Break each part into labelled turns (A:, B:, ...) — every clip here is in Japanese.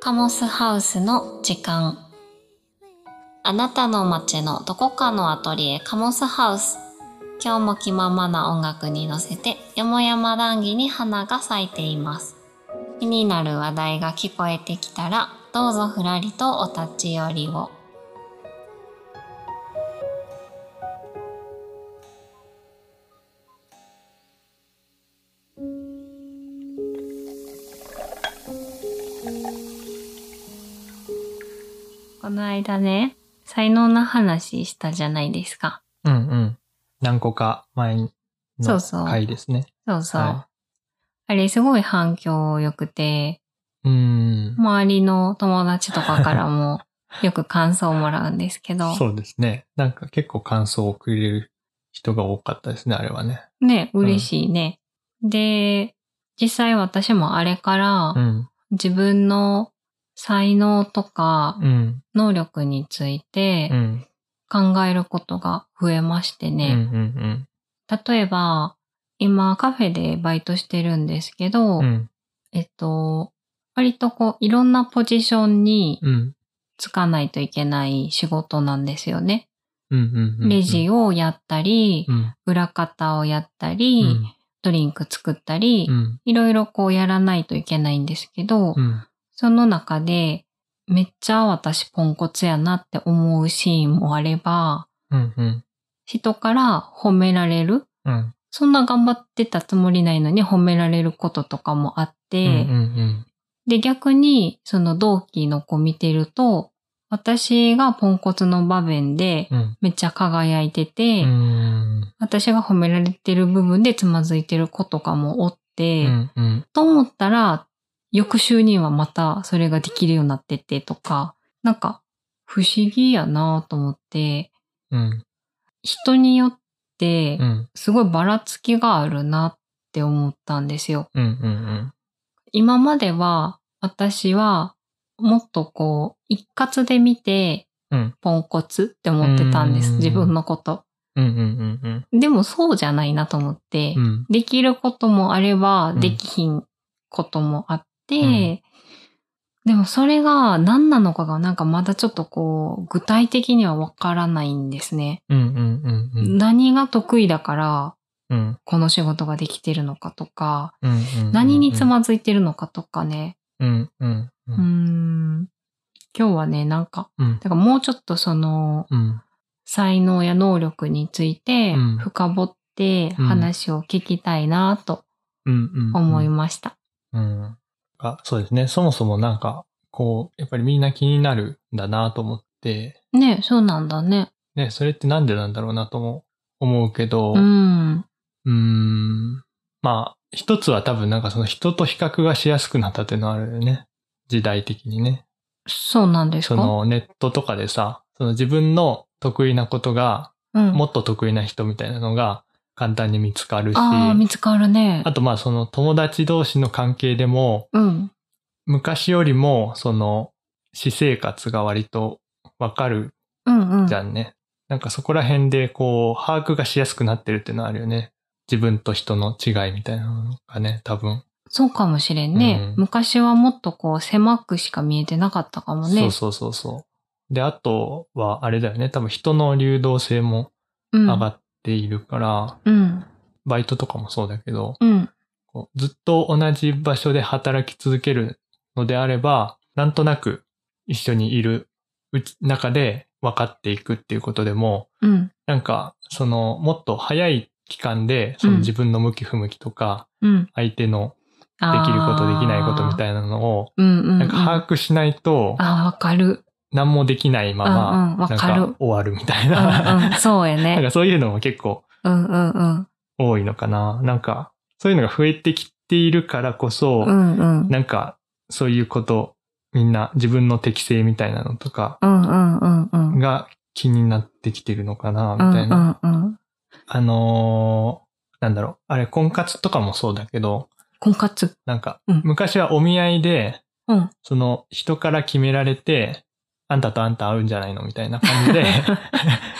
A: カモスハウスの時間あなたの街のどこかのアトリエカモスハウス今日も気ままな音楽に乗せてよもやま談義に花が咲いています気になる話題が聞こえてきたらどうぞふらりとお立ち寄りをこの間ね才能の話したじゃないですか
B: うんうん。何個か前の
A: そうそう
B: 回ですね。
A: そうそう、
B: は
A: あれすごい反響良くて
B: うーん。
A: 周りの友達とかからもよく感想をもらうんですけ ど
B: そうですね。なんか結構感想をくれる人が多かったですね、あれはね。
A: ね嬉しいね、で実際私もあれから
B: うん。
A: 自分の才能とか
B: うん。
A: 能力について
B: うん。
A: 考えることが増えまして
B: うん。うん。う
A: ね、
B: ん。
A: 例えば今カフェでバイトしてるんですけど、
B: うん。
A: えっと割とこういろんなポジションに
B: うん。
A: つかないといけない仕事なんですよね。
B: うん。うん。
A: レジをやったり、
B: うん。
A: 裏方をやった
B: う
A: り、
B: ん。
A: ドリンク作ったり、
B: うん。
A: いろいろこうやらないといけないんですけど、
B: うん。
A: その中で、めっちゃ私ポンコツやなって思うシーンもあれば、
B: うん。うん。
A: 人から褒められる。
B: うん。
A: そんな頑張ってたつもりないのに褒められることとかもあって、
B: うん。
A: で、逆に、その同期の子見てると、私がポンコツの場面で
B: うん。
A: めっちゃ輝いてて、
B: うん。
A: 私が褒められてる部分でつまずいてる子とかもおって、
B: うん。うん。
A: と思ったら、翌週にはまたそれができるようになっててとか、なんか不思議やなと思って、
B: うん。
A: 人によって
B: うん。
A: すごいばらつきがあるなって思ったんですよ。
B: うん。うん。
A: 今までは私はもっとこう一括で見て
B: うん
A: ポンコツって思ってたんです、
B: うん
A: 自分のこと。
B: うん。うん。うん。
A: でもそうじゃないなと思って、
B: うん。
A: できることもあれば、
B: うん
A: できひんこともあって、
B: ん
A: でもそれが何なのかがなんかまだちょっとこう、具体的にはわからないんですね。
B: うん。うん。うん。うん。
A: 何が得意だから、
B: うん。
A: この仕事ができてるのかとか、
B: うん。
A: 何につまずいてるのかとかね。
B: うん。うん。う
A: うー
B: ん。
A: ん。今日はね、なんか、
B: うん。
A: だからもうちょっとその、
B: うん。
A: 才能や能力について
B: うん、
A: 深掘って
B: うん
A: 話を聞きたいなと
B: うん。
A: 思いました。
B: うん。あそうですね。そもそもなんか、こう、やっぱりみんな気になるんだなと思って、
A: ねそうなんだね。
B: ね、それってなんでなんだろうなとも思うけど、
A: う
B: ーん、
A: ん。
B: まあ、一つは多分なんかその人と比較がしやすくなったっていうのはあるよね。時代的にね。
A: そうなんです
B: そ
A: か
B: のネットとかでさ、その自分の得意なことが、
A: うん。
B: もっと得意な人みたいなのが簡単に見つかるし、
A: ああ、見つかるね。
B: あとまあその友達同士の関係でも、
A: うん。
B: 昔よりも、その、私生活が割とわかる
A: うんうん。
B: じゃんね。なんかそこら辺で、こう、把握がしやすくなってるっていうのはあるよね。自分と人の違いみたいなのがね、多分。
A: そうかもしれんね、
B: うん
A: 昔はもっとこう狭くしか見えてなかったかもね。
B: そうそうそうそう。で、あとは、あれだよね。多分人の流動性も
A: うん。
B: 上がっているから、
A: うん。
B: バイトとかもそうだけど、
A: うん。
B: こうずっと同じ場所で働き続けるのであれば、なんとなく一緒にいるうち中で分かっていくっていうことでも、
A: うん。
B: なんか、その、もっと早い期間で、その
A: うん
B: 自分の向き不向きとか、
A: うん。で
B: 相手のできること、できないことみ
A: い
B: たいなのを、
A: な。うんうん、うん。
B: なんか把握しないと、
A: ああ、わかる。
B: 何もできないま
A: うんうんわ
B: ま、
A: か
B: な
A: る
B: んか終わるみたい
A: うん うん。
B: な。
A: そうや
B: なん
A: ね。
B: かそういうのも結構
A: うんうんうん。
B: 多いのかな。なんか、そういうのが増えてきているからこそ
A: う、んうん。
B: なんか、そういうこと、みんな自分の適性みたいなのとか
A: うんうんうんうん。
B: が気になってきてるのかな、
A: うん
B: み
A: う
B: たいな。
A: んうん。
B: あのーなんだろう、あれ、婚活とかもそうだけど、
A: 婚活。
B: なんか
A: うん、
B: 昔はお見合いで、
A: うん。
B: その、人から決められて、あんたとあんた会うんじゃないのみたいな感 じで、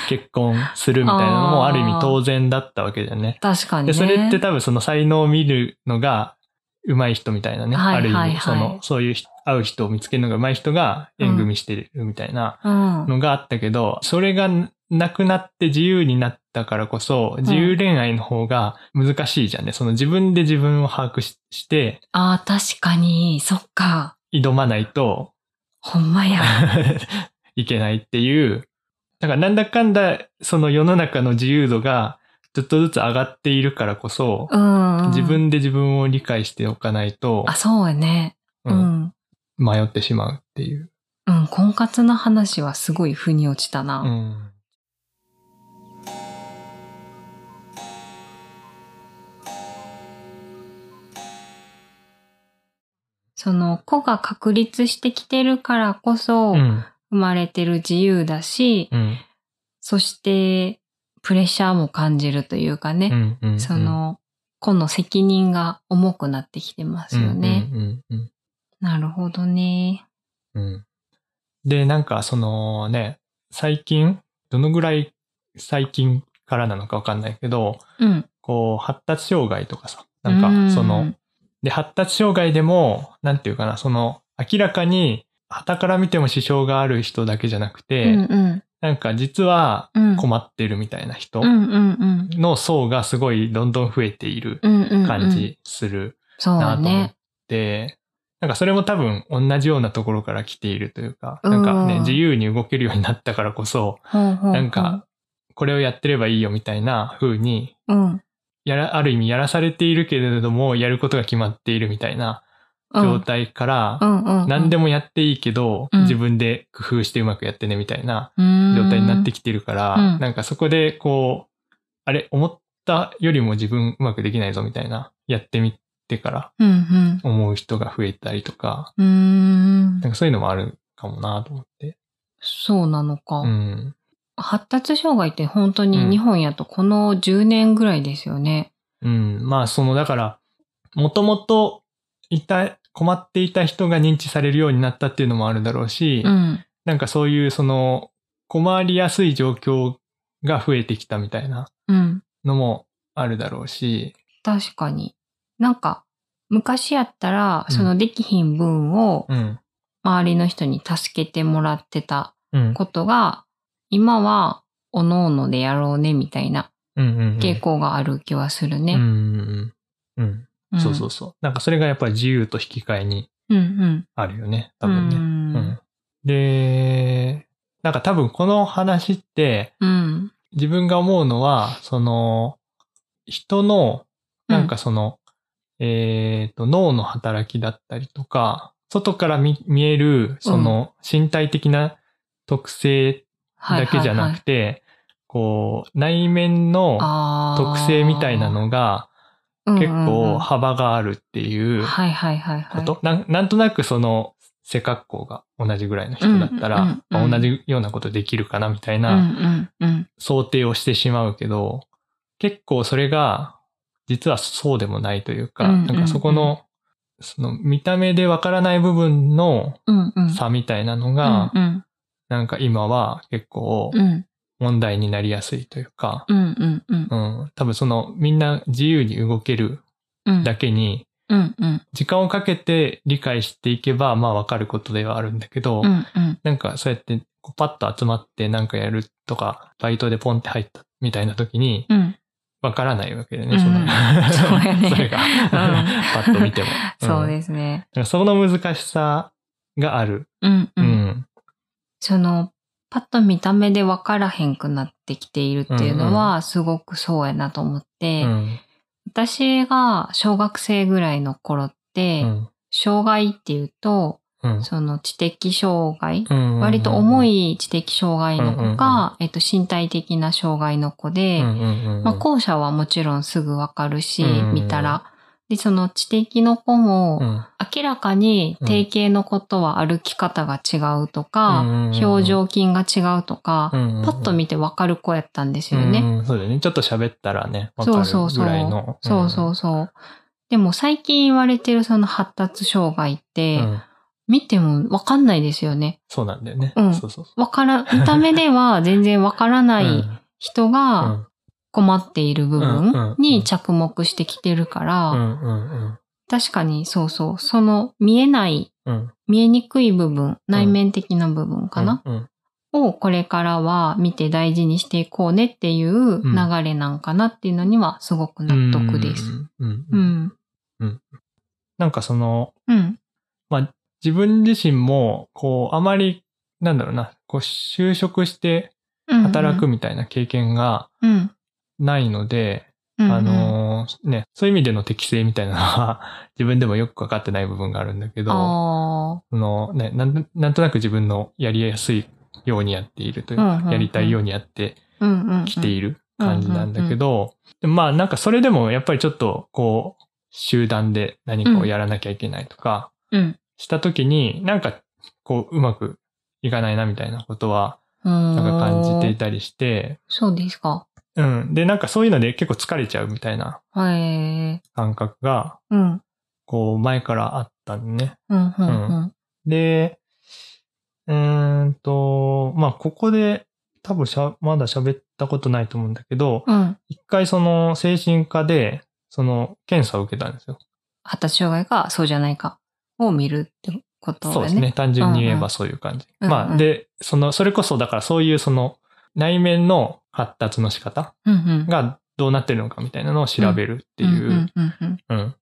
B: 結婚するみたいなのも、
A: あー
B: ある意味当然だったわけだよね。
A: 確かにね。
B: で、それって多分その才能を見るのが、上手い人みたいなね、
A: はいはいはい
B: ある意味、その、そういうひ会う人を見つけるのが上手い人が縁組してるみたいな
A: うん。
B: のがあったけど、それがなくなって自由になったからこそ、自由恋愛の方が難しいじゃんね。その自分で自分を把握しして、
A: ああ、確かに、そっか。
B: 挑まないと
A: ほんまや。
B: いけないっていう、なんかなんだかんだその世の中の自由度がちょっとずつ上がっているからこそ、
A: うん、うん。
B: 自分で自分を理解しておかないと、
A: あ、そうやね。う
B: うん
A: ん。
B: 迷ってしまうっていう。
A: うん、婚活の話はすごい腑に落ちたな。
B: うん
A: その子が確立してきてるからこそ、
B: うん
A: 生まれてる自由だし、
B: うん
A: そしてプレッシャーも感じるというか
B: う
A: ね、
B: んうん
A: その子の責任が重くなってきてますよね。
B: うんうんうん
A: なるほどね。
B: うんで、なんかそのね、最近、どのぐらい最近からなのかわかんないけど、
A: うん。
B: こう、発達障害とかさ、なんかそうの、で、発達障害でも、なんていうかな、その、明らかに、旗から見ても支障がある人だけじゃなく
A: う
B: て、
A: んうん
B: なんか実は
A: うん。
B: 困ってるみたいな人
A: うんうんうん。
B: の層がすごいどんどん増えている
A: うんうんうん
B: 感。じする
A: そう
B: なと思っ
A: ね。
B: て、なんかそれも多分同じようなところから来ているというか、なんか
A: うん
B: ね、自由に動けるようになったからこそ、
A: ほうほうほう
B: なんか、これをやってればいいよみたいな風に、
A: うん、
B: やら、ある意味やらされているけれども、やることが決まっているみたいな状態から、
A: うんうんうん、
B: 何で
A: も
B: もやっていいけど、
A: うん
B: 自分で工夫してうまくやってねみたいな
A: 状
B: 状態になって
A: き
B: きてるから、
A: うん
B: なんかそこでこう、あれ、思ったよりも自分うまくできないぞみたいな、やってみてから
A: うんうん。
B: 思う人が増えたりとか、
A: うーん
B: なんかそういうのもあるかもなと思って。
A: そうなのか、
B: うん。
A: 発達障害って本当
B: う
A: に
B: ん
A: 日本やとこの10年ぐらいですよね。
B: うん。まあ、その、だから、もともといた、困っていた人が認知されるようになったっていうのもあるだろうし、
A: うん。
B: なんかそういう、その、困りやすい状況が増えてきたみたいな
A: うん。
B: のもあるだろうし、
A: 確かに。なんか、昔やったら、
B: うん
A: そのできひん分を
B: うん。
A: 周りの人に助けてもらってた
B: うん。
A: ことが、今は、おのおのでやろうね、みたいな
B: うんうんうん。
A: 傾向がある気はする
B: うん
A: ね。
B: うんうん。うん。そうそうそう。なんかそれがやっぱり自由と引き換えに
A: うん。うん
B: あるよね。
A: う
B: 多分
A: ん。
B: ね。うん。で、なんか多分この話って、
A: うん。
B: 自分が思うのは、その、人の、なんかその、えっ、と、脳の働きだったりとか、外から見見える、その、身体的な特性だけじゃなく
A: て、
B: て、こう、内面の特
A: 特
B: 性みたいなのが、結構幅があるっていう
A: はいはいはいはい。
B: こと、なんなんとなくその背格好が同じぐらいの人だ
A: う
B: った
A: んうんうんうん
B: ら、まあ同じようなことできるかなみたい
A: うん
B: な
A: うんうん。
B: 想定をしてしまうけど、結構それが実はそうでもないというか、
A: うんうんうん
B: なんかそこの、その見た目でわからない部分の
A: うんうん。
B: 差みたいなのが、
A: うん
B: なんか今は結構
A: うん。うん
B: 問題になりやすいというか、
A: うんうんうん。
B: うん、多分そのみんな自由に動ける
A: うん
B: だけに、
A: うんうん
B: 時間をかけて理解していけば、まあわかることではあるんだけ
A: う
B: ど、
A: んうん。
B: なんかそうやってこうパッと集まってなんかやるとか、バイトでポンって入ったみたいな時に、
A: うん。
B: わからないわけで
A: う
B: ね、
A: ん
B: その
A: そうやね
B: それが、
A: ん
B: パッと見ても。
A: そうんですね。
B: だからその難しさがある。
A: うんう。
B: うんん。
A: その、パッと見た目で分からへんくなってきているっていうの
B: う
A: は、すごくそうやなと思っ
B: う
A: て、
B: ん。
A: 私が小学生ぐらいの頃って、
B: うん
A: 障害っていうと、
B: うん
A: その知的障害、
B: うん
A: 割と重い知的障害の子
B: うんうん
A: が、えっと、身体的な障害の子で、
B: うんうんうん
A: まあ、後者はもちろんすぐわかるし、
B: うん
A: 見たら。で、その知的の子も、
B: うん
A: 明らかに定型の子とは歩き方が違うとか、
B: うん
A: 表情筋が違うとか、
B: うんうんうん
A: パッと見てわかる子やったんですよ
B: う
A: ね。
B: んうんそうだよね。ちょっと喋ったらね、わか
A: そう
B: る
A: そうそ
B: ぐ
A: う
B: らいの。。
A: そうそうそう。でも最近言われてるその発達障害っ
B: う
A: て、
B: んうん
A: 見てもわかんないですよね。
B: そうなんだよね。
A: うん
B: そうそうそ
A: わから、見た目では全然わから
B: う。
A: な
B: う
A: い
B: ん
A: 人
B: う
A: が
B: ん
A: 困っている部分に着目してきてるから、
B: うんうんうん
A: 確かにそうそう、その見えない
B: うん。
A: 見えにくい部分、内面的な部分かな、
B: うんうん。
A: をこれからは見て大事にしていこうねっていう流れなんかなっていうのにはすごく納得です。
B: うん。う。
A: うんん。
B: なんかその、
A: うん。
B: 自分自身も、こう、あまり、なんだろうな、こう、就職して
A: うん。
B: 働くみたいな経験が
A: うん。
B: ないので、
A: うん。
B: あのーね、そういう意味での適性みたいなのは 自分でもよくわかってない部分があるんだけ
A: うん、
B: ど、
A: あ
B: そのね、なんなんとなく自分のやりやすいようにやっているという
A: うんうん
B: か、
A: うん
B: やりたいようにやって
A: ーうんうんうん。
B: きている感じなんだけど、でもまあなんかそれでもやっぱりちょっとこう、集団で何かをやらなきゃいけないとか、
A: うん。
B: した時になんかこううまくいかないなみたいなことは
A: な
B: なんか感じていたりして、
A: そうですか。
B: うん。で、なんかそういうので結構疲れちゃうみたいな
A: へえ。
B: 感覚が
A: うん。
B: こう、前からあったんね。
A: うん。うん。うん。
B: で、うーんと、まあ、ここで、多分しゃ、まだ喋ったことないと思うんだけど、
A: うん。
B: 一回その、精神科で、その、検査を受けたんですよ。
A: 発達障害か、そうじゃないかを見るってことだよ
B: そう
A: ね。
B: ですね。。単純に言え
A: うんう
B: ば
A: ん
B: そういう感じ。
A: うんうん
B: まあ、で、その、それこそ、だからそういうその、内面の発達の仕方
A: うんうん。
B: がどうなってるのかみたいなのを調べるっていう、
A: うんうんうん
B: うん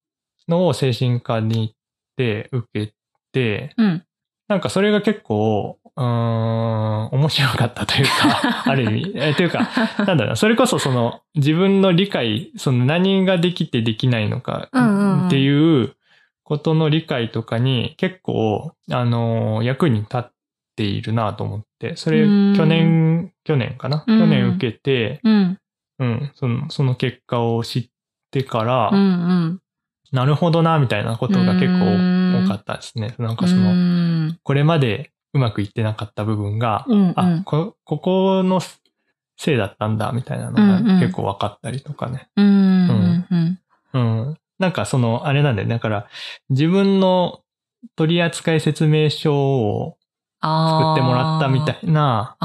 B: のを精神科に行って受けて、
A: うん。うん。
B: なんかそれが結構、うーん、面白かったというか、 ある意味。えというか、なんだろうな、それこそその自分の理解、その何ができてできないのか
A: うんうんうん
B: っていうことの理解とかに結構、あのー役に立っているなと思って、それ
A: うーん
B: 去年、去年かな
A: うん
B: 去年受けて、
A: うん。
B: うん、その、その結果を知ってから、
A: うんうん。
B: なるほどな、みたいなことが結
A: うー
B: 構
A: ん
B: 多かったですね。なんか
A: う
B: その、
A: ん
B: これまでうまくいってなかった部分が、
A: うんう
B: あ
A: ん。
B: こ、ここのせいだったんだ、みたいな
A: う
B: の
A: んうん
B: が結構分かったりとかね。
A: うんうんうん。
B: うん。なんかその、あれなんだよね。だから、自分の取扱説明書を作
A: ああ。
B: ってもらったみたいな、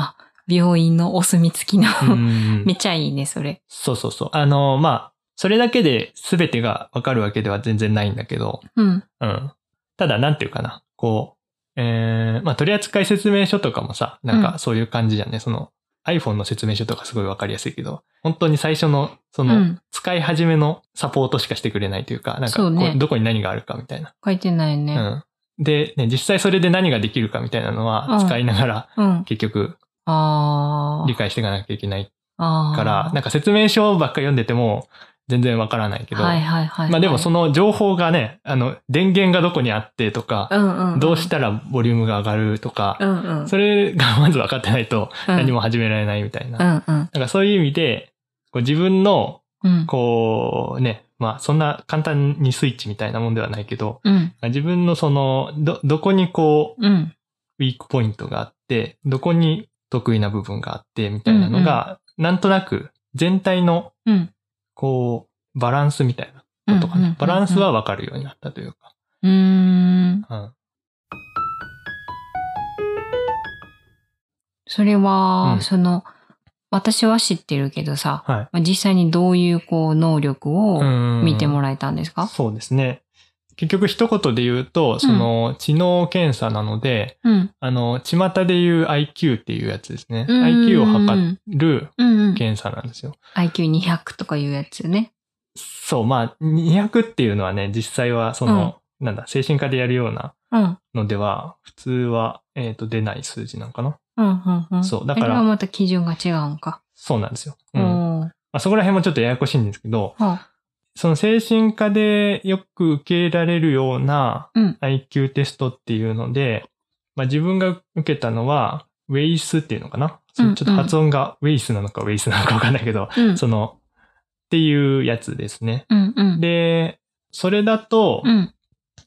A: 病院のお墨付きの。
B: うん
A: めっちゃいいね、それ。
B: そうそうそう。あの、まあ、それだけで全てが分かるわけでは全然ないんだけど、
A: うん。
B: うん。ただ、なんていうかな。こう、えー、まあ、取扱説明書とかもさ、なん
A: う
B: かそういう感じじゃんね。その iPhone の説明書とかすごいわかりやすいけど、本当に最初の、そうの、
A: ん。
B: 使い始めのサポートしかしてくれないというか、なんか
A: そ
B: こ
A: う
B: う、
A: ね
B: どこに何があるかみたいな。
A: 書いてないね。
B: うん。で、ね、実際それで何ができるかみたいなの
A: うん
B: は、使いながら
A: うん。
B: 結局
A: あ
B: 理解していかなきゃいけない
A: あ。
B: から、なんか説明書ばっか読んでても全然わからないけど、
A: はいはいはい。
B: まあでもそ
A: の、
B: の情報がね、あの、電源がどこにあってとか、
A: うんうん。
B: どうしたらボリュームが上がると
A: う
B: か、
A: んうん。
B: それがまず分かってないと
A: うん
B: 何も始められないみたいな。
A: う
B: なん
A: うん。
B: んかそういう意味で、こう自分の、
A: うん。
B: こうね、まあそんな簡単にスイッチみたいなもんではないけど、
A: うん。
B: 自分のその、ど、どこにこう、
A: うん。
B: ウィークポイントがあって、どこに得意な部分があって、みたいなのが、なんとなく全体の、
A: うん。
B: こう、バランスみたいなことか
A: うんうんうんう
B: な。
A: ん
B: バランスは分かるようになったというか。
A: うーん。
B: うん。
A: それは、
B: うん
A: その、私は知ってるけどさ、
B: はい。
A: まあ実際にどういうこう能力を見て
B: ら
A: もらえたんですか
B: そうですね。結局一言で言うと、その、知能検査なので、
A: うん。
B: あの、巷で言う IQ っていうやつですね。
A: うん
B: IQ を測る
A: うんうん。
B: 検査なんですよ。
A: IQ200 とかいうやつね。
B: そう、まあ、200っていうのはね、実際は、その、なんだ、精神科でやるような
A: うん。
B: のでは、普通は、えっ、と、出ない数字なのかな。
A: うんうんうん。
B: そうだから
A: あれはまた基準が違うんか。
B: そうなんですよ。う。
A: うん
B: ま
A: ん。
B: あ、そこら辺もちょっとややこしいんですけど、
A: は
B: その精神科でよく受け入れられるような
A: うん
B: IQ テストっていうので、まあ自分が受けたのは、ウェイスっていうのかな、そう
A: うん
B: ちょっと発音がウェイスなのかウェイスなのかわかんないけど、
A: うん。
B: その、っていうやつですね。
A: うんうん。
B: で、それだと、
A: うん。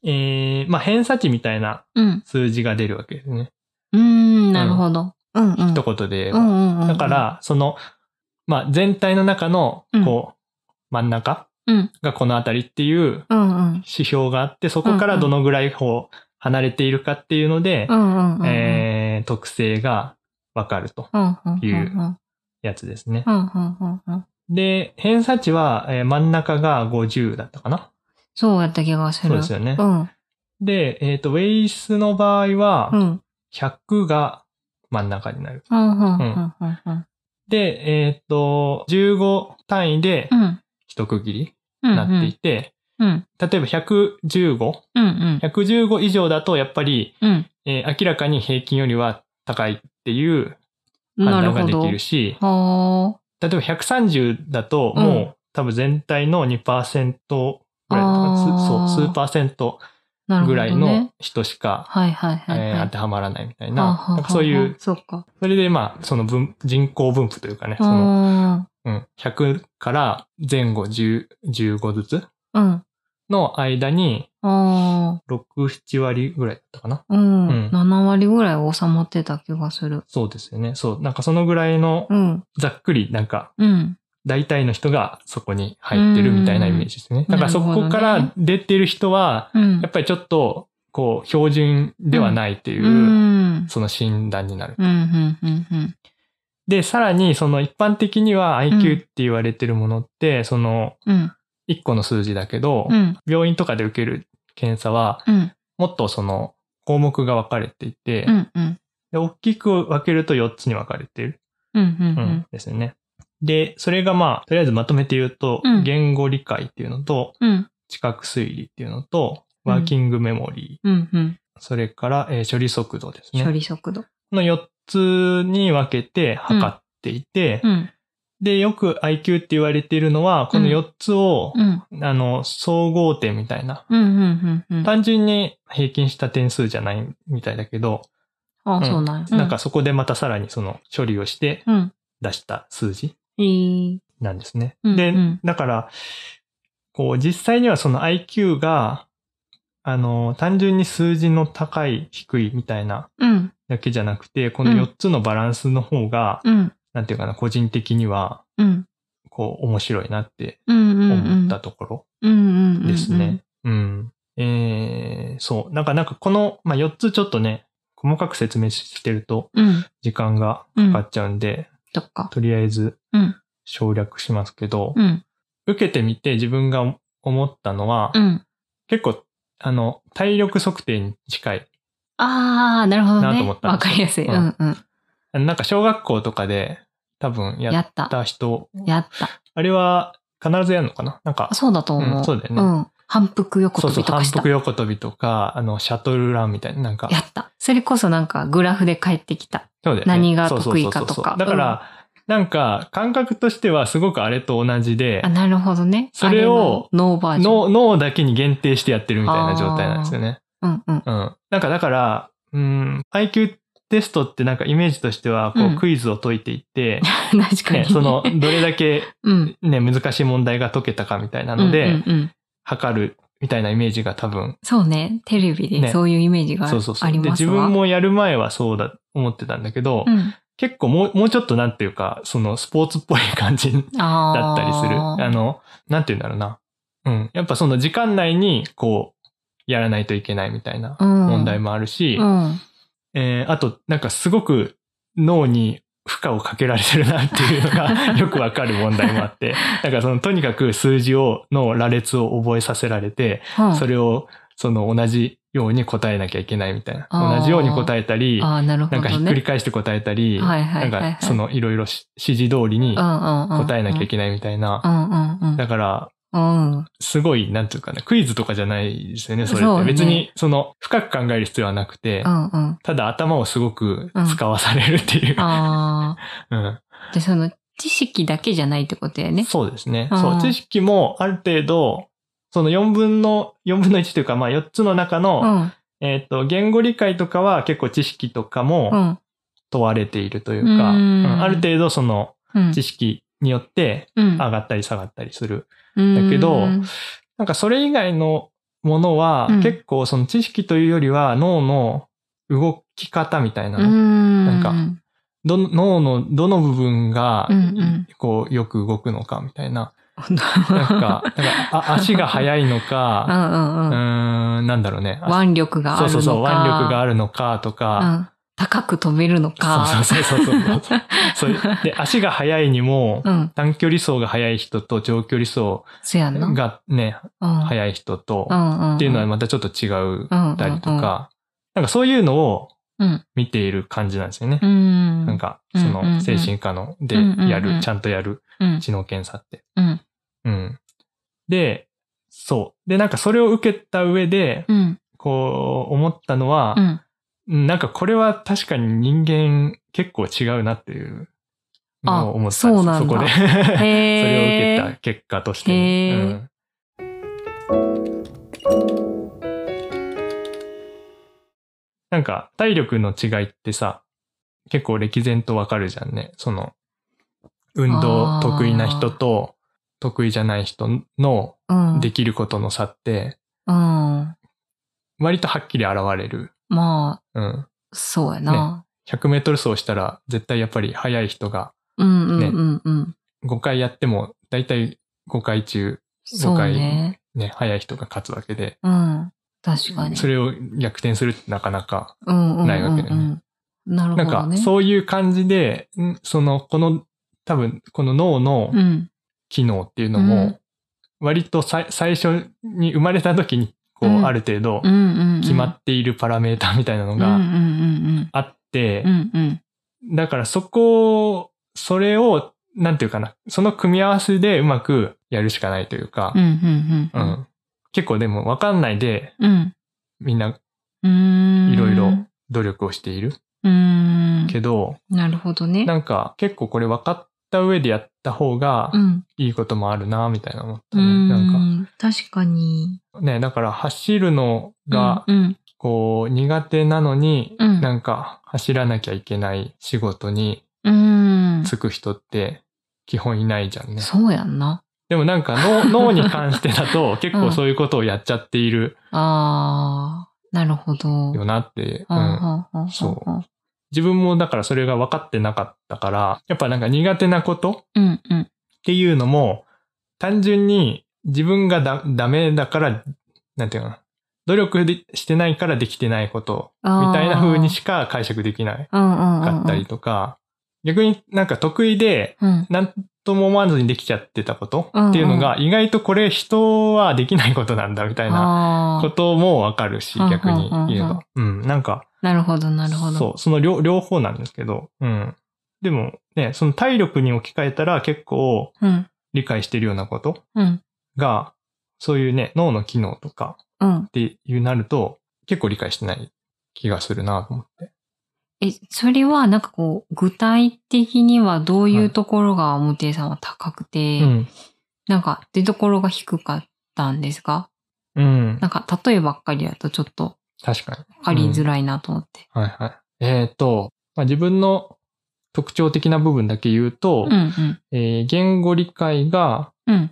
B: えーまあ偏差値みたいな
A: うん。
B: 数字が出るわけですね。
A: うーん、なるほど。うんうん。
B: 一言で言え
A: う
B: ば。
A: んうんうん。
B: だか、ら、その、まあ全体の中の
A: うん、
B: こう、真ん中
A: うん
B: がこのあたりっていう
A: うんうん。
B: 指標があって、そこからどのぐらいこう離れているかっていうので
A: う、んうんうん。
B: えー特性がわかると
A: うんうんうん。
B: いう
A: うん
B: やつですね
A: う。んうんうん。
B: で、偏差値は、えー真ん中が50だったかな
A: そうやった気がする。
B: そうですよね
A: うん。
B: で、えっ、と、ウェイスの場合
A: う
B: は、
A: ん。
B: 100が真ん中になる。
A: うん。うん。うん。うん。うん。
B: で、えっ、と、15単位で
A: うん。
B: 一区切り
A: うん。
B: になっていて、
A: うん。
B: 例えば115、
A: うん。うん。
B: 115以上だとやっぱり、
A: うん。
B: えー明らかに平均よりは高いっていう判
A: なる
B: 断が
A: ほ
B: で
A: ど
B: き。るし、
A: は
B: 例えば130だともう、
A: うん
B: 多分全体の2%
A: あー
B: ぐらいだったかなすそう、数パーセント
A: あ。なるほど。
B: ぐらいの。人しか、
A: はいはい
B: え
A: はいはい。
B: ー当てはまらないみた
A: は
B: い
A: あ
B: な、
A: はあ
B: なんかそういう、
A: そうか。
B: それでまあ、その分、人口分布というかね、その、
A: あ
B: うん、100から前後10 15ずつ
A: ーうん。
B: の間に、
A: あ
B: 6、7割ぐらいだったかな。
A: ーう
B: うん
A: ん。7割ぐらい収まってた気がする。
B: そうですよね。そう。なんかそのぐらいの
A: う、ん。
B: ざっくり、なんか、
A: うん。
B: 大体の人がそこに入ってるみたいなイメージですね。
A: うん
B: だからそこか
A: なる
B: ら
A: ほ
B: 出てる人は、
A: うん
B: やっ。ぱりちょっと、こう、標準ではないっていうう、
A: ん。
B: その診断になる。
A: うん。うん。うん。うん。
B: で、さらに、その一般的には
A: ん
B: IQ って言われてるものって、その、
A: うん。
B: 1個の数字だけど、
A: うん。
B: 病院とかで受ける検査は、
A: うん。
B: もっとその、項目が分かれていて、
A: うん。うん。
B: で大きく分けると4つに分かれている。
A: うん。う
B: うんん。ですよね。で、それがまあ、とりあえずまとめて言うと、
A: うん
B: 言語理解っていうのと、
A: うん。
B: 知覚推理っていうの
A: う
B: と、
A: ん
B: ワーキングメモリー、
A: うん。うん。
B: それから、えー処理速度です
A: 処
B: ね。
A: 理速度。
B: の4つに分けて測っていて、
A: うん。
B: で、よく IQ って言われているのは、この4つを、
A: うん。
B: あの、総合点みたいな。
A: うん。うん。うん。
B: 単純に平均した点数じゃないみたいだけど、
A: あ
B: うん
A: あ、そうなんや。
B: なんか、そこでまたさらにその処理をして
A: うん。
B: 出した数字
A: えー
B: なんですね。
A: うんう
B: で
A: ん、
B: だから、こう、実際にはその IQ が、あの、単純に数字の高い、低いみたいな
A: うん。
B: だけじゃなくて、この
A: うん
B: 4つのバランスの方が、
A: うん。
B: なんていうかな、個人的には、
A: うん。
B: こう、面白いなって
A: うん。うん。
B: 思ったとこ
A: うん。うん。
B: ろですね。うん。えー、そう。なんか、なんかこの、まあ、4つちょっとね、細かく説明してると、
A: うん。うん。
B: 時間が
A: うん。う
B: かか
A: ん。
B: っちゃうんで、
A: とか。
B: とりあえず
A: うん、
B: 省略しますけど、
A: うん。
B: 受けてみて自分が思ったのは、
A: うん。
B: 結構、あの、体力測定に近い。
A: ああ、なるほど
B: なと
A: ね
B: 思っ。たん
A: わ
B: ですよ
A: かりやすい。
B: う
A: うんんうん。
B: なんか小学校とかで多分
A: や
B: やっ
A: った。
B: た人、
A: やった。
B: あれは必ずやるのかななんか、
A: そうだと思
B: うん
A: う。
B: そうだよね
A: ん。反復横
B: そう
A: 跳
B: そう、
A: びと
B: 反
A: かした
B: 復。横跳びとか、あの、シャトルランみたいな、なんか、
A: やった。それこそなんかグラフで帰ってきた。
B: そうだよね
A: 何が得意かとか
B: そうそうそうそうだから、なんか、感覚としてはすごくあれと同じで
A: あ、、なるほどね。
B: それを
A: あのノーバージョン。
B: 脳脳だけに限定してやってるみたいな状態なんですよね。
A: うんうん。
B: うん。なんかだから、うん、IQ テストってなんかイメージとしては、こ
A: う
B: う、
A: ん
B: クイズを解いていって、
A: 確か
B: ね
A: に。
B: その、どれだけ
A: うん、
B: ね、難しい問題が解けたかみたいな
A: な
B: の
A: う
B: で、
A: んうんうん
B: 測るみたいなイメージが多分、
A: そうね。テレビ
B: ね
A: でそういうイメージがあ,、
B: そうそうそう。
A: り
B: で、
A: ます
B: 自
A: わ。
B: 分もやる前はそうだ、思ってたんだけど、
A: うん、
B: 結構もう、もうちょっとなんていうか、そのスポーツっぽい感じだ
A: あ
B: ったりする。
A: ー
B: あの、なんていうんだろうな。うん。やっぱその時間内に、こう、やらないといけないみたいな
A: うん
B: 問題もあるし、
A: うん。
B: えーあと、なんかすごく脳に負荷をかけられてるなっていう のがよくわかる問題もあって、なんかそのとにかく数字を、の羅列を覚えさせられて、
A: うん
B: それをその同じように答えなきゃいけないみたい
A: あ
B: な。
A: ー
B: 同じように答えたり、
A: ああ、なるほ
B: な
A: どね。
B: んかひっくり返して答えたり、
A: はいはい
B: な
A: は
B: ん
A: いはい
B: かそのいろいろし指示通りに
A: 答
B: 答えなきゃい
A: け
B: けないみたい
A: ない。
B: な。
A: うんうんうん。
B: だから、
A: うん。
B: すごい、なんていうかね、クイズとかじゃないですよね、それ
A: そう
B: って。
A: ね
B: 別に、その、深く考える必要はなくて、
A: うんうん。
B: ただ頭をすごく使わされるっていう。
A: あ
B: うん
A: あ。 で、その、知識だけじゃないってことやね。
B: そうですね。
A: うん
B: そう。知識もある程度、その4分の、4分の1というか、まあ4つの中
A: う
B: の、
A: ん。
B: えっと、言語理解とかは結構知識とか
A: う
B: も
A: ん。
B: 問われているというか、
A: う
B: うんんある程度その
A: うん。
B: 知識によって
A: うん。
B: 上がったり下がったりする。
A: だ
B: だけどなんかそれ以外のものは
A: うん
B: 結構その知識というよりは脳の動き方みたいなの
A: なん
B: かどの脳のどの部分が
A: うんうん
B: こうよく動くのかみたいな。
A: な
B: なんか、なんかあ足が速いの
A: う
B: か、
A: んう
B: うん
A: うん。
B: ーん、なんだろうね。
A: 腕力があ
B: そう
A: るのか。
B: そうそう、腕力があるのかとか、
A: る。高く飛べるのか。
B: そうそうそうそうそう。そういうで、足が速いにも、
A: うん。
B: 短距離走が速い人と長距離走
A: そやんな。
B: がね、
A: うん。
B: 速い人と
A: う、んうん。
B: っていうのはまたちょっと違う
A: ま
B: たりと。か、なんかそういうのを
A: うん
B: 見ている感じなんですよね
A: う。ん。
B: なんか、そ
A: うんうんう
B: の
A: ん
B: 精神科ので
A: うんうんうん
B: やる、ちゃんとやる
A: うん、
B: 知能検査って。
A: うん。
B: うん。で、そう。で、なんかそれを受けた上で、
A: うん。
B: こう思ったのは
A: う、ん。
B: なんかこれは確かに人間結構違うなっていうのを思っ
A: あ
B: た
A: そうなんだ
B: そこ
A: へ
B: で。 そ
A: え。
B: れを受けた結果として
A: へ
B: ね、
A: ー
B: うんなんか体力の違いってさ結構歴然とわかるじゃんねその運動
A: あー
B: 得意な人と得意じゃない人の
A: うん。
B: できることの差って
A: うん。
B: 割とはっきり現れる、
A: まあ、
B: うん、
A: そうやな。
B: 100m 走したら絶対やっぱり速い人が
A: うんうんうんうん。
B: 5回やっても大体5回中
A: そうね。
B: ね速い人が勝つわけで
A: うん。確かに。
B: それを逆転するってなかなか。
A: うんうん
B: ないわけだよね
A: うん。なる
B: なん
A: ほど
B: か、
A: ね。
B: そういう感じで、んその、この、多分、この脳の
A: うん。
B: 機能っていうの
A: う
B: も
A: ん、
B: 割とさい最初に生まれた時に、こう、
A: うん
B: ある程度
A: うんうんうん。
B: 決まっているパラメーターみたいなの
A: うんう
B: が
A: んうん
B: あって
A: うん。う、んうん。
B: だからそこを、それを、なんていうかな、その組み合わせでうまくやるしかないというか
A: う、んう
B: うんん結構でもわかんないで、
A: うん。うん。
B: みんな
A: うん。
B: いろいろ努力をしている
A: うん。
B: けど、
A: なるほどね。
B: なんか結構これ分かった上でやった方が
A: うん。
B: いいこともあるな、みたいな思った
A: う
B: ね。なん
A: ん。確かに。
B: かね、だから走るのが
A: うんうん。
B: こう苦手なのに、
A: うん
B: なんか走らなきゃいけない仕事に
A: うん。
B: 就く人って基本いないじゃんね。
A: そうやんな。
B: でもなんか脳 脳に関してだと結構そういうことをやっちゃっている
A: ああ、なるほど。
B: よなって、
A: は
B: うん
A: あはあはあ
B: そう自分もだからそれが分かってなかったから、やっぱなんか苦手なこと
A: うんうん。
B: っていうのも、単純に自分がだダメだから、なんていうのかな、努力でしてないからできてないこと、みたいな風にしか解釈できなか
A: か
B: ったりとか、逆になんか得意で、
A: うん。
B: なんとも思わずにできちゃってたこと
A: うんうん
B: っていうのが、意外とこれ人はできないことなんだみたいな
A: あ
B: こ
A: あ、
B: ともわかるし、
A: うん
B: 逆に言えば。うん、なんか、
A: なるほど、なるほど。
B: そう、その両両方なんですけど、うん。でもね、その体力に置き換えたら結構
A: うん。
B: 理解してるようなこと
A: うん。
B: が、そういうね、脳の機能とか
A: うん。
B: っていうなると、結構理解してない気がするなと思って。
A: え、それは、なんかこう、具体的にはどういうところがモテさんは高くて、
B: うん。
A: なんか出どころが低かったんですか
B: うん。
A: なんか、例えばっかりだとちょっと
B: 確か
A: わかりづらいなと思って。
B: に。はいはい。えっ、と、まあ、自分の特徴的な部分だけ言う
A: う
B: と、
A: んうん。
B: えー言語理解が
A: うん。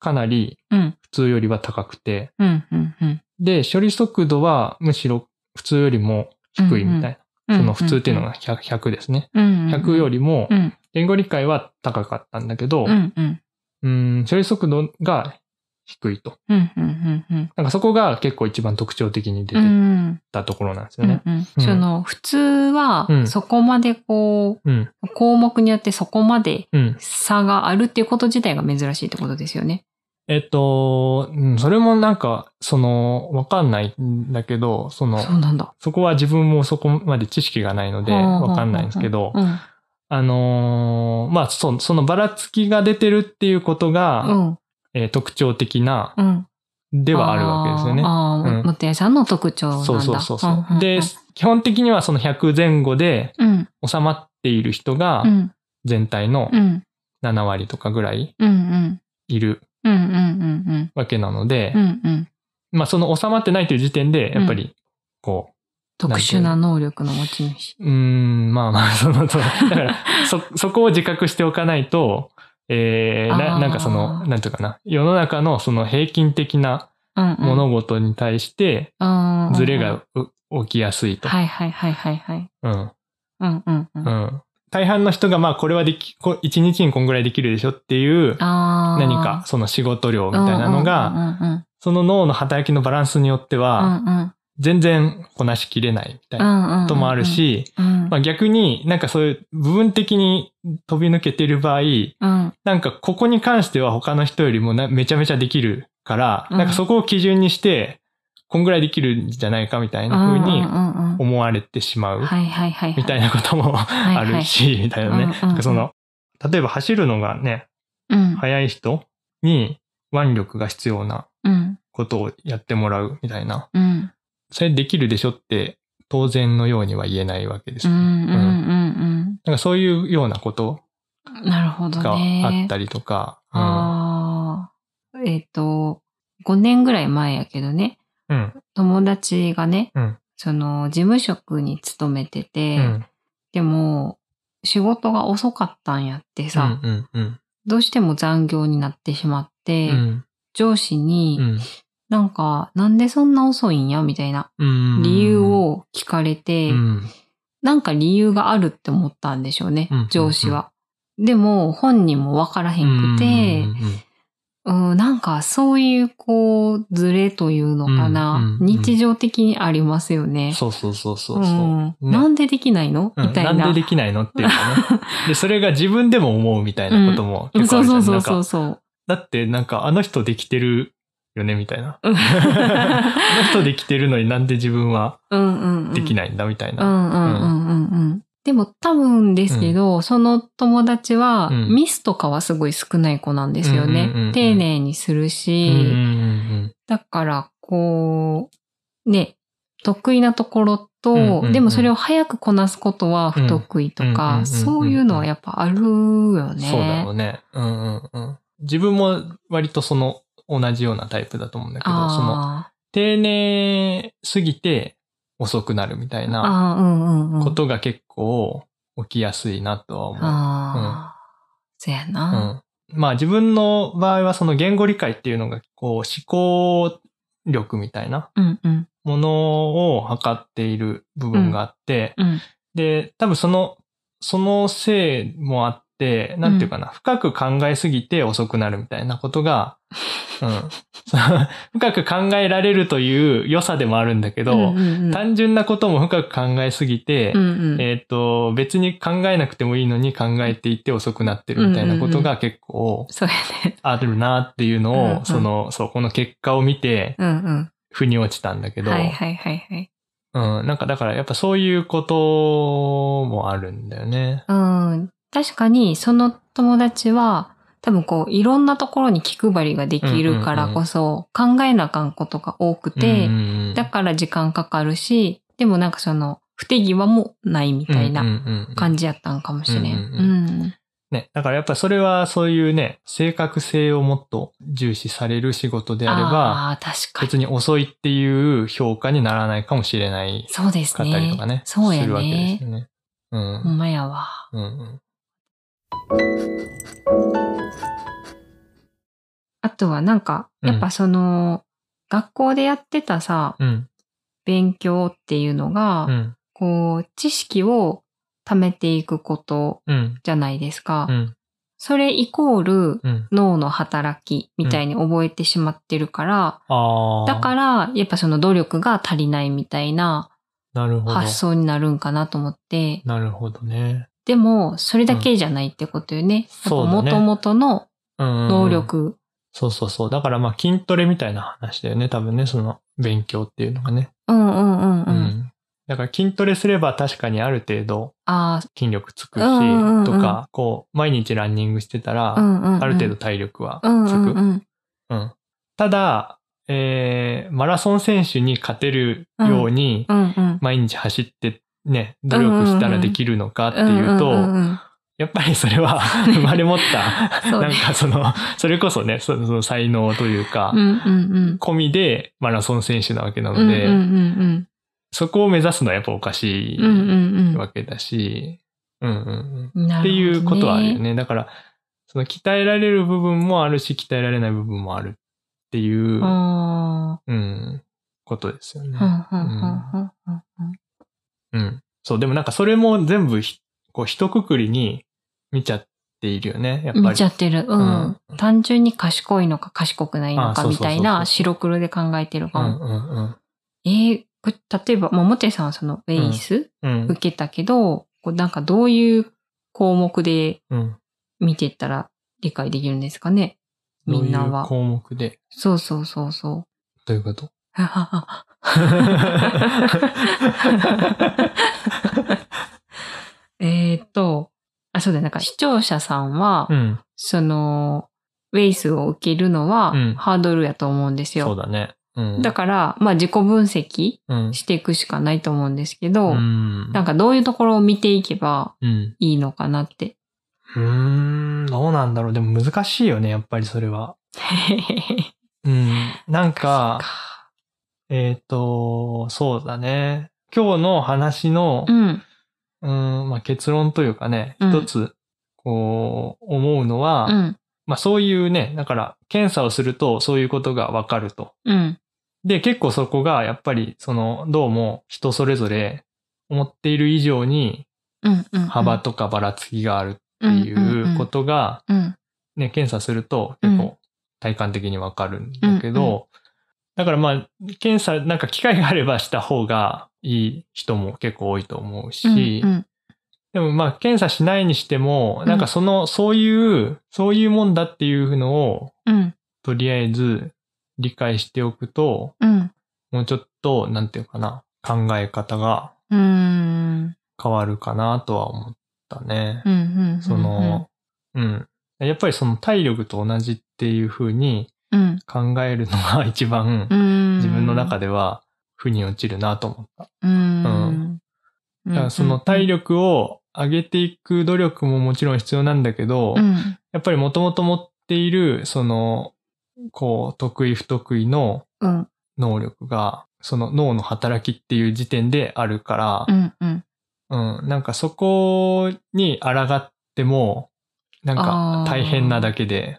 B: かなり
A: うん。
B: 普通よりは高くて、
A: うん。うん。うん。
B: で、処理速度はむしろ普通よりも低いみたいな。
A: うん
B: その普通っていうのが 100, 100ですね。100
A: 100
B: よりも
A: う、ん
B: 言語理解は高かったんだけど、
A: うんうん
B: うん、処理速度が低いと。
A: うんうんうん
B: なんかそこが結構一番特徴的に出
A: う
B: て
A: ん
B: たところなんで
A: う
B: すよね
A: ん。うんその普通は
B: うん
A: そこまでこ
B: うん、
A: う項目によってそこまで
B: うん。
A: 差があるっていうこと自体が珍しいってことですよね。
B: えっと、うんそれもなんか、その、わかんないんだけど、その、
A: そうなんだ。
B: そこは自分もそこまで知識がないので、
A: はあはあ
B: わかんないんですけど
A: う、ん
B: あのーまあ、そそのばらつきが出てるっていうこと
A: う
B: が、
A: ん
B: えー特徴的な、
A: うん。
B: ではあるわけですよね。
A: あーあ
B: う
A: ー、
B: ん
A: もってやさんの特徴なんだ。
B: そうそうそうそう、
A: んんん
B: で、基本的にはその100前後で
A: うん
B: 収まっている人が
A: うん
B: 全体の
A: うん
B: 7割とかぐらい
A: うんうん
B: いる
A: うんうんうん
B: わけなので、
A: うんうんうん
B: まあその収まってないという時点で、やっぱり、こ
A: 特殊な能力の持ち主。
B: う、うーん、まあまあ、その、 そうだからそ、そこを自覚しておかないと、えー
A: あー
B: な、なんかその、なんていうかな、世の中のその平均的な物事に対して、ズ
A: ズ
B: レがう起きやすいと。
A: はいはいはいはいはい。
B: うん。
A: うんうんうん。
B: うん。大半の人が、まあ、これはでき、こ一日にこんぐらいできるでしょっていう、
A: ああ。
B: 何か、その仕事量みたいなのが、
A: うんうん
B: その脳の働きのバランスによっては、
A: うんうん
B: 全然こなしきれないみたいな
A: こ
B: こともある、し、
A: うん
B: まあ逆になんかそういう部分的に飛び抜けてる場合、
A: うん
B: なんかここに関しては他の人よりもなめちゃめちゃできるから、
A: うん
B: なんかそこを基準にして、こんぐらいできるんじゃないかみたいな風に
A: うんうんうんうん
B: 思われてしまう
A: はいはいはいはい。
B: みたいなことも
A: い
B: あるし、みたいなね。
A: うんうんうん
B: なんかその、例えば走るのがね、
A: うん
B: 速い人に腕力が必要な
A: うん
B: ことをやってもらうみたいな。
A: うん
B: それできるでしょって当然のようには言えないわけです
A: う
B: よね。
A: んうん
B: うん
A: うん
B: なんかそういうようなこと
A: うん。なるほど
B: が
A: ね。
B: あったりとか。うん
A: ああ。えっ、と、5年ぐらい前やけどね、
B: うん。
A: 友達がね、
B: うん
A: その事務職に勤めてて、
B: うん。
A: でも、仕事が遅かったんやってさ、
B: うん。うん。
A: どうしても残業になってしまって、
B: うん。
A: 上司に、
B: うん
A: なんか、なんでそんな遅いんやみたいな
B: うん
A: 理由を聞かれて、
B: うん
A: なんか理由があるって思ったんでしょうね、
B: うんうんうん
A: 上司は。でも、本人もわからへんくて、うん、なんかそういうこう、ズレというのかな、
B: うんうんうん
A: 日常的にありますよね。
B: そうそうそうそううそう。
A: ん
B: ね
A: なんでできないの、
B: うん
A: みたいな。
B: んでできないのってい うかね。で、それが自分でも思うみたいなことも結構
A: そ
B: あ
A: う
B: るじゃ
A: そ
B: ん
A: うそう
B: な
A: そ
B: ん
A: う
B: か
A: そう。
B: だってなんかあの人できてるよねみたいな。
A: うん
B: あの人できてるのになんで自分は
A: うんうんうん。
B: でき
A: ない。
B: ないんだみたいうな。
A: んうんうんうんうん。でも多分ですけど、その友達は、
B: うん
A: ミスとかはすごい少ない子なんですよね。
B: うんうんうんうん
A: 丁寧にする
B: う
A: し、
B: んうん
A: だから、こう、ね、得意なところと、
B: うんうんうん
A: でもそれを早くこなすことは不得意と
B: うんうんうんうん
A: か、
B: うん
A: そういうのはやっぱあるよ
B: うん
A: ね。
B: そうだろうね。うんうんうん自分も割とその同じようなタイプだと思うんだけど、その
A: あ
B: 丁寧すぎて遅くなるみたい
A: ー
B: な
A: あー、うんうんうん。
B: ことが結構起きやすいなとは思う。
A: ああ、そやな。
B: うんまあ自分の場合はその言語理解っていうのがこう思考力みたいな
A: うんうん
B: ものを測っている部分があって、
A: うん
B: で、多分その、そのせいもあって、なんていうかな、深く考えすぎて遅くなるみたいなことが、うん、 その深く考えられるという良さでもあるんだけど、
A: うんうんうん
B: 単純なことも深く考えすぎて、
A: うんうん
B: えっ、と、別に考えなくてもいいのに考えていて遅くなってるみたいなことが結構
A: そうやね。
B: あるなっていうのを、
A: うんうん
B: その、そう、この結果を見て、
A: うん
B: 腑に落ちたんだけ
A: うん。
B: ど、
A: はいはいはいはい。
B: うん、なんかだからやっぱそういうこともあるんだよね。
A: うん。確かに、その友達は、多分こう、いろんなところに気配りができるからこそ、考えなあかんことが多くて、
B: うん
A: だから時間かかるし、でもなんかその、不手際もないみたい
B: うんう
A: なん
B: うんうん
A: 感じやったんかもしれん。
B: う
A: うん。
B: うんね、だからやっぱそれはそういうね、正確性をもっと重視される仕事であれば、
A: ああ、確かに。
B: 別に遅いっていう評価にならないかもしれない
A: そうです
B: 買ったり
A: ね
B: とかね。。
A: そうや
B: するわけで
A: ね。
B: すよね。う
A: ほ
B: ん。
A: んまやわ。
B: うんうん。
A: あとはなんか、やっぱその、学校でやってたさ、
B: うん。
A: 勉強っていうのが、
B: うん。
A: こう、知識を貯めていくこと
B: うん。
A: じゃないですか。
B: うん。
A: それイコール
B: うん。
A: 脳の働きみたいに覚えてしまってるから、
B: ああ。
A: だから、やっぱその努力が足りないみたいな
B: なるほど。
A: 発想になるんかなと思って、
B: なるほどね。
A: でも、それだけじゃないってことよね。
B: うん
A: やっぱ元々の
B: うん。
A: 能。力。
B: そうそうそう。だからまあ筋トレみたいな話だよね。多分ね、その勉強っていうのがね。
A: うんうんうんうん。
B: うんだから筋トレすれば確かにある程度
A: あ
B: 筋力つくし、
A: うんうんうん
B: とか、こう、毎日ランニングしてた
A: あ、うん
B: ら、
A: うん、うん。
B: ある程度体力はつく。
A: うんうんうん。
B: うんただ、えー、マラソン選手に勝てるように、
A: うんうん。
B: 毎日走ってね、努力したらできるのかっていうと、
A: んんんん
B: やっぱりそれは 生まれ持った、
A: そう
B: な
A: ね
B: んかその、それこそね、そのその才能というか、
A: うんうん
B: 込みでマラソン選手なわけな
A: うん。う
B: の
A: ん
B: で、
A: うんうん
B: そこを目指すのはやっぱおかし
A: うん。うん
B: い
A: うん
B: わけだし、うんうんうん
A: うん。な
B: っ
A: る
B: て
A: ほど
B: いうことはあるよ
A: ね。
B: ね。だから、その鍛えられる部分もあるし、鍛えられない部分もあるっていう、
A: あ
B: うん、ことですよね。
A: ーうんうんうんうんうん
B: うん。そう、でもなんかそれも全部ひ、こう、一括りに見ちゃっているよね、やっぱり。
A: 見ちゃってる。うん。
B: うん
A: 単純に賢いのか賢くないの
B: あ
A: か
B: そうそう
A: み
B: そうそう
A: たいな白黒で考えてるか
B: う
A: も。
B: んうんうん。
A: えーこれ例えば、まあ、モテさんはそのベース
B: うん。
A: 受けたけど、こうなんかどういう項目で
B: うん。
A: 見てったら理解できるんですかねみんな
B: どうい
A: は
B: う。項目で。
A: そうそうそうそう。
B: どういうこと
A: えーっと、あ、そうだよ、なんか視聴者さんは、
B: うん。
A: その、ウェイスを受けるのは
B: うん
A: ハードルやと思うんです
B: そう
A: よ。
B: だね。うん。
A: だから、まあ自己分析
B: ら、うん。
A: していくしかないと思うんですけど、
B: うん。
A: なんかどういうところを見ていけば
B: うん。
A: いいのかなって。
B: うーん、どうなんだろう。でも難しいよね、やっぱりそれは。うん。なんか、えっ、と、そうだね。今日の話の、
A: うん。
B: うーん、まあ、結論というかね、
A: うん
B: 一つ、こう、思うのは、
A: うん。
B: まあ、そういうね、だから、検査をすると、そういうことがわかると。
A: うん。
B: で、結構そこが、やっぱり、その、どうも、人それぞれ、思っている以上に、
A: うん。うん。
B: 幅とかばらつきがあるって
A: うん
B: いうこ。とが、
A: うんうん。
B: ね、検査すると
A: うん
B: 結構体感的にわかるんだけど、だからまあ、検査、なんか機会があればした方がいい人も結構多いと思うし、
A: うん。
B: でもまあ、検査しないにしても、
A: ん
B: なんかその、そういう、そういうもんだっていうのを、
A: うん。
B: とりあえず理解しておくと、
A: うん。
B: もうちょっと、なんていうかな、考え方が
A: うん。
B: 変わるかなとは思ったね。
A: うんうんうん
B: その、うん。やっぱりその体力と同じっていう風に、
A: うん、
B: 考えるのが一番
A: うん、
B: 自分の中
A: で、
B: では負に落ちるなと思った。
A: うん
B: だからその体、力を上げていく努力ももちろん必要なんだけど、
A: うん
B: やっぱりもともと持っている、その、こう、得意不得意の
A: うん
B: 能力が、その脳の働きっていう時点であるか
A: う
B: ら、
A: んうん
B: うん、なんかそこに抗っても、なんか
A: あー
B: 大変なだけで、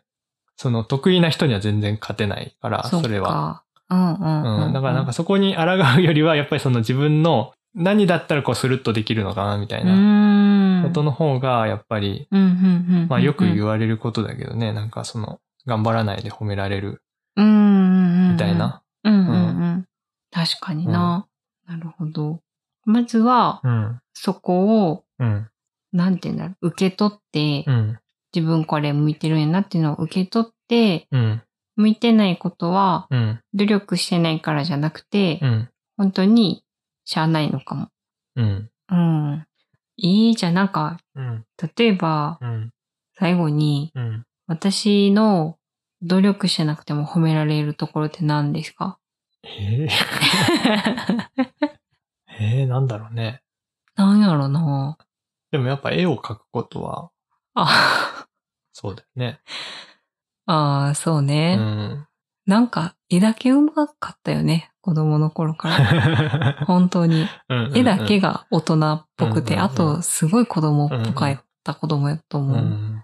B: その得意な人には全然勝てないから、
A: う
B: そ
A: ん、
B: れは。
A: そうか。うんうんうん、
B: うん、だからなんかそこに抗うよりは、やっぱりその自分の何だったらこうスルッとできるのかなみたいな
A: な
B: ことの方が、やっぱり、
A: うんうんうんうん、
B: まあよく言
A: う
B: われることだけどね、なんかその、頑張らないで褒められるみ
A: み
B: たい。な。
A: うんうんうん、確かにな、なるほど。まずは、
B: うん、
A: そこを、
B: うん、
A: なんて言うんだろう、受け取って、
B: うん、
A: 自分これ向いてるんやなっていうのを受け取って、
B: うん、
A: 向いてないことは、
B: うん、
A: 努力してないからじゃなくて、
B: うん、
A: 本当にしゃあないのかも。
B: うん、
A: うん。いいじゃん、なんか、
B: うん、
A: 例えば、
B: うん、
A: 最後に、
B: うん。
A: 私の努力してなくても褒められるところって何です か
B: えー、えー、なんだろうね。
A: 何やろな
B: でもやっぱ絵を描くことは、
A: あ、
B: そうだよね。
A: あーそう
B: う
A: ね、
B: ん。
A: なんか、絵だけうまかったよね。子供の頃 から。本当に。絵だけ
B: が
A: が大人っぽく
B: う
A: て、
B: んうん
A: あ
B: うん
A: と、すごい子供っぽかった子供やと思
B: う
A: う。
B: ん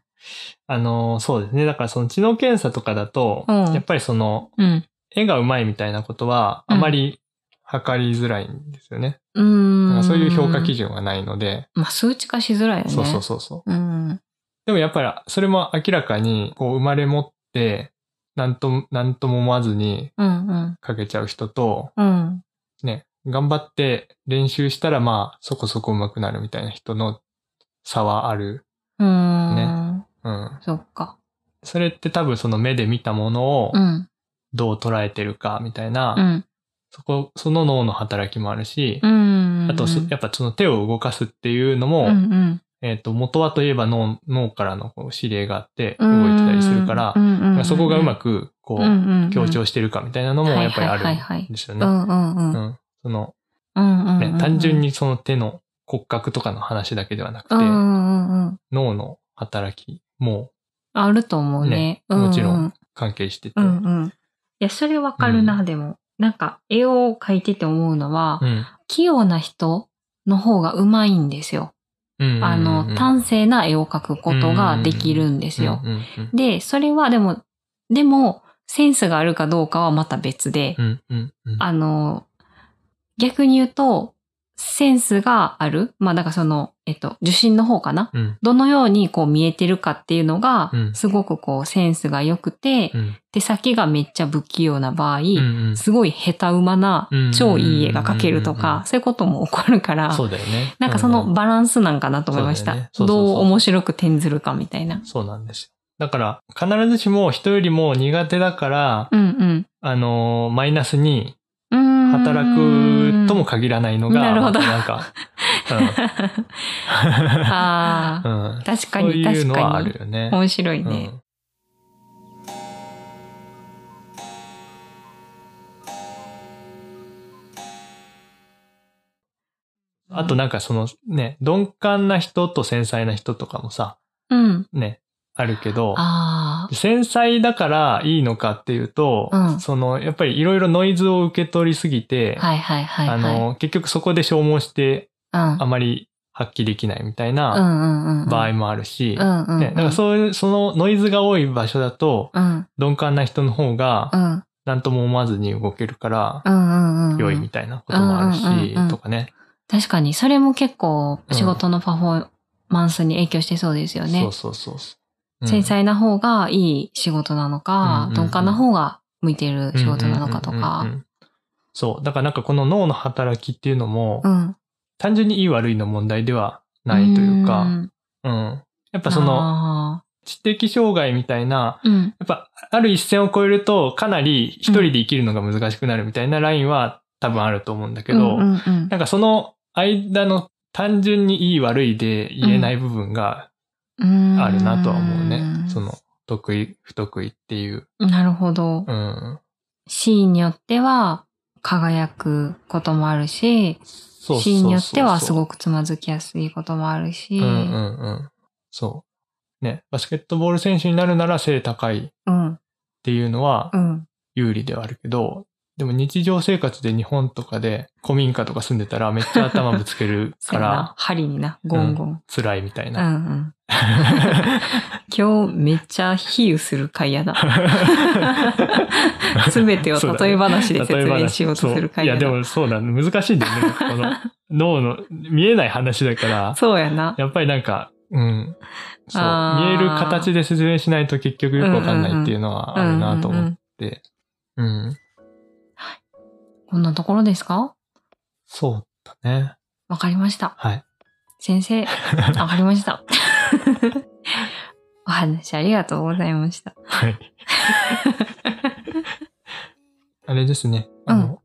B: あの、そうですね。だからその知能検査とかだと、
A: うん
B: やっぱりその、
A: うん。
B: 絵がうまいみたいなことは、
A: うん
B: あまり測りづらいんですよね。
A: う
B: だか
A: ん。
B: らそういう評価基。準がないので、
A: まあ、数値化しづらいよね。
B: そうそうそうそ
A: う
B: う。
A: ん。
B: でもやっぱり、それも明らかに、こう、生まれ持って、なんと、なんとも思わずに
A: うんうん。
B: かけちゃう人と、
A: うん。
B: ね、頑張って練習したら、まあ、そこそこ上手くなるみたいな人の差はある。
A: うーん。
B: うん。
A: そっか。
B: それって多分その目で見たものを
A: うん。
B: どう捉えてるかみたいな、
A: うん。
B: そこ、その脳の働きもあるし
A: う、ん。
B: あとそ、やっぱその手を動かすっていうのも、
A: うんうん。
B: えっ、と、元はといえば脳脳からのこう指令があって
A: う
B: 動
A: ん。
B: いてたりするから、
A: うんうんうん、
B: そこがうまく、こう、
A: んん
B: 強調してるかみたいなのもやっぱりあ
A: はいはいはいは
B: るん
A: い
B: です
A: う
B: よね。
A: んうんう。
B: うんんその、
A: うんうんうんう
B: ね
A: ん。
B: 単純にその手の骨格とかの話だけではなくて、
A: うんうんうんうん。
B: 脳の働きも
A: あると思うね。
B: ね
A: うう
B: もちろん。関係してて。
A: うんうん。いや、それわかる
B: う
A: な、でも。なんか、絵を描いてて思うのは、
B: うん
A: 器用な人の方がうまいんですよ。
B: うん
A: あ
B: うん
A: の、端正な絵を描くことができるんですよ。
B: うんうん
A: で、それはでも、でも、センスがあるかどうかはまた別で、
B: うんうんうん
A: あの、逆に言うと、センスがある。まあ、だからその、ええっと、受信の方かな
B: うん。
A: どのようにこう見えてるかっていうのが
B: う、ん
A: すごくこうセンスが良くて
B: う、ん。
A: 手先がめっちゃ不器用な場合、
B: うん
A: すごい下手馬な
B: うん
A: 超いい絵が描けると
B: うんうんうん
A: か、そういうことも起こるから、
B: そうだよね。
A: なんかそ
B: うんう
A: の
B: ん
A: バランスなんかなと思いまし
B: そうだよね
A: た。
B: そうそうそう
A: どう面白く転ずるかみたいな。
B: そうなんですよ。だから、必ずしも人よりも苦手だから、
A: うん
B: あのーマイナスに
A: うん。
B: 働くとも
A: か
B: 限らないのが、
A: なるほど
B: またなんか、
A: あ
B: う
A: あ、
B: ん。うん。
A: 確
B: そ
A: か
B: う
A: に
B: いう
A: 確
B: のはあ
A: か
B: る
A: に。
B: よね。
A: 面白いね。
B: うあとなんかそのね、鈍感な人と繊細な人とかもさ、
A: うん。
B: ね、あるけど、
A: ああ、
B: 繊細だからいいのかっていうと、
A: うん
B: その、やっぱりいろいろノイズを受け取りすぎて、
A: はいはいはいはい。
B: あの、結局そこで消耗して
A: うん、
B: あまり発揮できないみたいな
A: うんうんうん。
B: 場合もあるし、
A: うんうんうん。
B: ね、だからそういう、そのノイズが多い場所だと、
A: うん
B: 鈍感な人の方が
A: う、ん
B: 何とも思わずに動けるから
A: う、んうんうん。
B: 良いみたいなこともある
A: うんうんうんうん
B: し、とかね。
A: 確かに、それも結構仕事のパフォーマンスに影響してそうですよね。
B: そうそうそうそう。うん
A: 繊細な方がいい仕事なのか、
B: うんうんうん
A: 鈍感な方が向いてる仕事なのかと
B: うんうんう
A: か。
B: んうんそう。だからなんかこの脳の働きっていうのも、
A: うん。
B: 単純に良い悪いの問題ではないというか、うん。
A: ん
B: やっぱその、
A: あ
B: 知的障害みたいな、
A: ーうん。
B: やっぱある一線を越えるとかなり一人で生きるのが難しくなるみたいなラインは多分あると思うんだけど、
A: うんうんうん
B: なんかその間の単純に良い悪いで言えない部分が
A: うん
B: あるなとは思うね。
A: ん
B: その、得意、不得意っていう。
A: なるほど
B: う。ん。
A: シーンによっては輝くこともあるし、
B: そうそうそうそう
A: シーンによってはすごくつまずきやすいこともあるし、
B: うんうんうん。そう。ね。バスケットボール選手になるなら背高いっ
A: うん、
B: ていうのは
A: うん。
B: 有利ではあるけど、でも日常生活で日本とかで古民家とか住んでたらめっちゃ頭ぶつける
A: そ
B: か
A: うやな
B: ら、
A: 針にな、ゴンゴン。
B: 辛いみたい
A: うんう
B: な。
A: ん。今日めっちゃ比喩する回やな。 すべてを
B: そうだね
A: 例え話で説
B: 例え
A: 明
B: 話
A: しようとする
B: そうい
A: 回や
B: や、で
A: な。
B: もそうなん難しいんだよね。こ の脳の見えない話だから、
A: そうやな。
B: やっぱりなんか、うん。そう。
A: あ
B: 見
A: ー
B: える形で説明しないと結局よくわかんないっていうのはあるなと
A: うんう
B: 思
A: んう
B: っ
A: ん
B: て。うん。
A: こんなところですか
B: そうだね。
A: わかりました。
B: はい。
A: 先 生、わかりました。 お話ありがとうございました。
B: はい。あれですね。あの、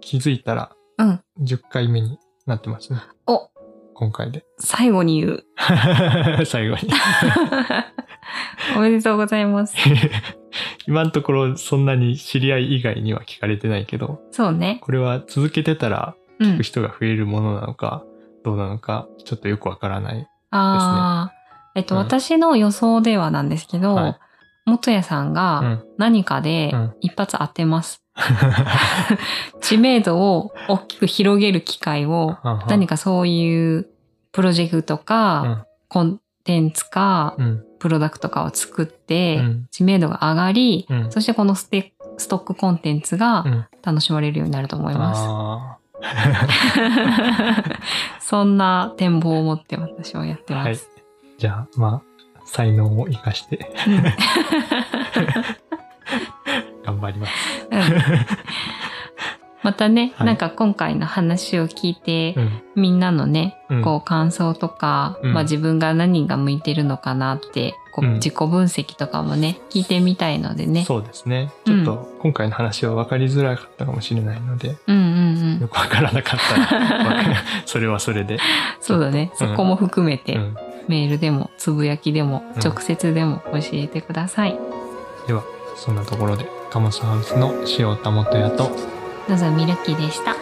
B: 気づいたら
A: うん。
B: 10回目になってますね。
A: お、
B: 今回で。
A: 最後に言う。
B: 最後に。
A: おめでとうございます。
B: 今のところそんなに知り合い以外には聞かれてないけど、
A: そうね。
B: これは続けてたら
A: う
B: 聞
A: ん
B: く。人が増えるものなのか、どうなのか、ちょっとよくわからない。
A: ああ。えっと、
B: うん
A: 私の予想ではなんですけど、
B: はい
A: 元谷さん
B: う
A: が
B: ん。
A: 何かで
B: うん
A: 一発当て ます。知名度を大きく広げる機会を、何
B: か、
A: かそういうプロジェクトか、コンテンツか、
B: うん。
A: プロダクトかを作っ
B: う
A: て、
B: ん。
A: 知名度が上がり、
B: うん
A: そしてこのステストックコンテンツが
B: うん
A: 楽しまれるようになると思います。
B: あ
A: そんな展望を持って私はやって
B: あ。
A: ます。
B: はい。じゃあ、まあ、才能を生かして。 頑張ります。
A: うんまたね、
B: はい
A: なんか今回の話を聞いて、
B: うん。
A: みんなのね、
B: うん
A: こう感想とか、
B: うん
A: まあ自分が何が向いてるのかなって、こう
B: うん
A: 自己分析とかもね、聞いてみたいのでね。
B: そうですね。ち
A: う
B: ょっ
A: ん
B: と、今回の話は分かりづらかったかもしれないので、
A: うんうんう
B: よ
A: ん。
B: く分からなかった ら、わかそれはそれで。
A: そうだね。
B: うん
A: そこも含めて、
B: うん。
A: メールでも、つぶやきでも
B: うん、
A: 直接でも教えてください。
B: では、そんなところで、カモスハウスの塩田元也と、
A: のぞみるきでした。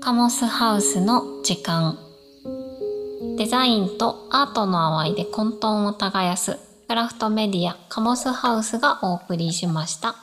C: カモスハウスの時間デザインとアートの淡いで混沌を耕すクラフトメディアカモスハウスがお送りしました。